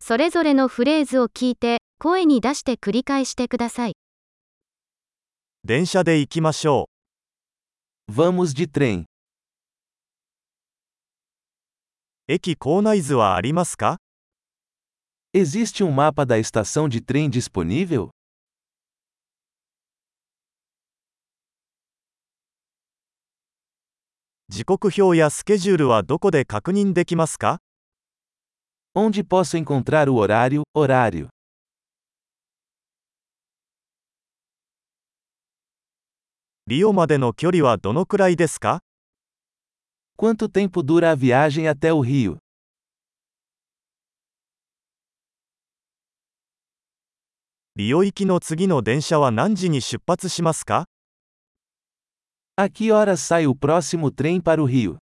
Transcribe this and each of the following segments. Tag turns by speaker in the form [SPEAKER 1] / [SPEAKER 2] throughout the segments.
[SPEAKER 1] それぞれのフレーズを聞いて、声に出して繰り返してください。
[SPEAKER 2] 電車で行きましょ
[SPEAKER 3] Vamos de trem.
[SPEAKER 2] う。駅構内図はありますか
[SPEAKER 3] Existe um mapa da estação de trem disponível?
[SPEAKER 2] 時刻表やスケジュールはどこで確認できますか
[SPEAKER 3] Onde posso encontrar o horário? Horário.
[SPEAKER 2] リオまでの距離はどのくらいですか
[SPEAKER 3] Quanto tempo dura a viagem até o Rio?
[SPEAKER 2] リオ行きの次の電車は何時に出発しますか
[SPEAKER 3] A que horas sai o próximo trem para o Rio?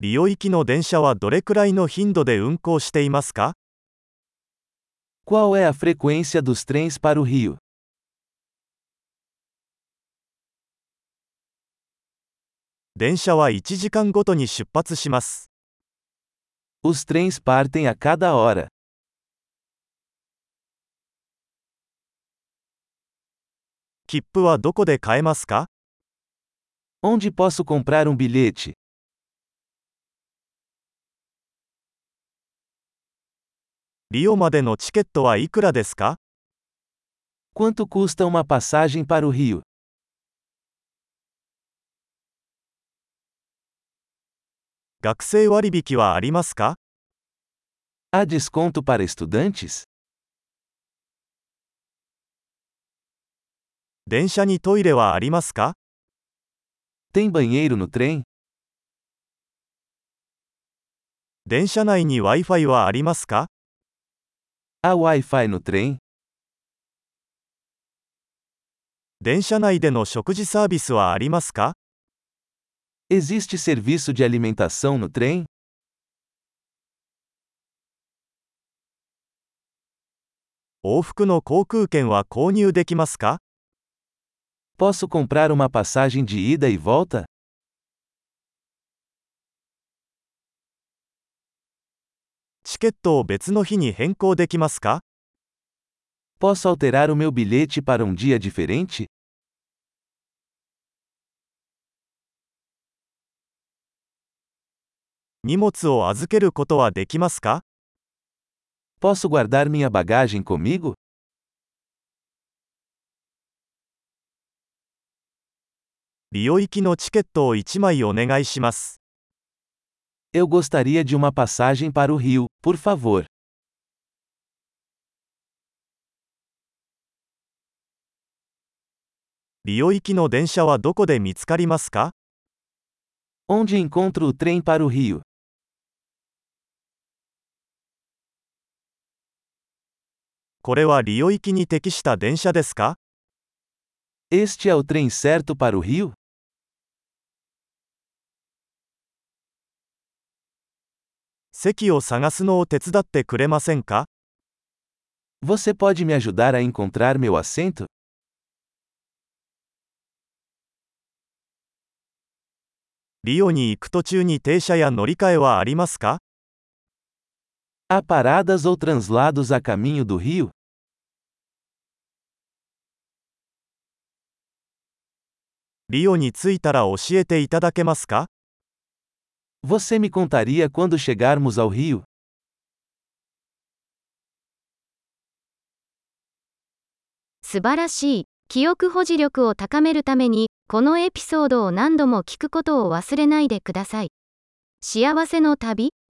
[SPEAKER 2] リオ行きの電車はどれくらいの頻度で運行していますか
[SPEAKER 3] Qual é a frequência dos trens para o Rio?
[SPEAKER 2] 電車は1時間ごとに出発します。
[SPEAKER 3] Os trens partem a cada hora.
[SPEAKER 2] 切符はどこで買えますか
[SPEAKER 3] Onde posso comprar um bilhete?
[SPEAKER 2] リオまでのチケットはいくらですか
[SPEAKER 3] Quanto custa uma passagem para o Rio?
[SPEAKER 2] 学生割引はありますか
[SPEAKER 3] Há desconto para estudantes?
[SPEAKER 2] 電車にトイレはありますか
[SPEAKER 3] Tem banheiro no trem?
[SPEAKER 2] 電車内に Wi-Fi はありますか
[SPEAKER 3] Há Wi-Fi no trem?
[SPEAKER 2] 電車内での食事サービスはありますか
[SPEAKER 3] Existe serviço de alimentação no trem?
[SPEAKER 2] 往復の航空券は購入できますか
[SPEAKER 3] Posso comprar uma passagem de ida e volta?
[SPEAKER 2] チケットを別の日に変更できますか
[SPEAKER 3] Posso alterar o meu bilhete para um dia diferente?
[SPEAKER 2] 荷物を預けることはできますか
[SPEAKER 3] Posso guardar minha bagagem comigo?
[SPEAKER 2] 利用行きのチケットを1枚お願いします。
[SPEAKER 3] Eu gostaria de uma passagem para o Rio, por favor.
[SPEAKER 2] 利用行きの電車はどこで見つかりますか
[SPEAKER 3] Onde encontro o trem para o Rio?
[SPEAKER 2] これは利用行きに適した電車ですか
[SPEAKER 3] Este é o trem certo para o Rio?
[SPEAKER 2] 席を探すのを手伝ってくれませんか
[SPEAKER 3] Você pode me ajudar a encontrar meu assento?
[SPEAKER 2] リオに行く途中に停車や乗り換えはありますか
[SPEAKER 3] Há paradas ou translados a caminho do Rio?
[SPEAKER 2] リオに着いたら教えていただけますか
[SPEAKER 3] Você me contaria quando chegarmos ao Rio?
[SPEAKER 1] 素晴らしい。記憶保持力を高めるために、このエピソードを何度も聞くことを忘れないでください。幸せの旅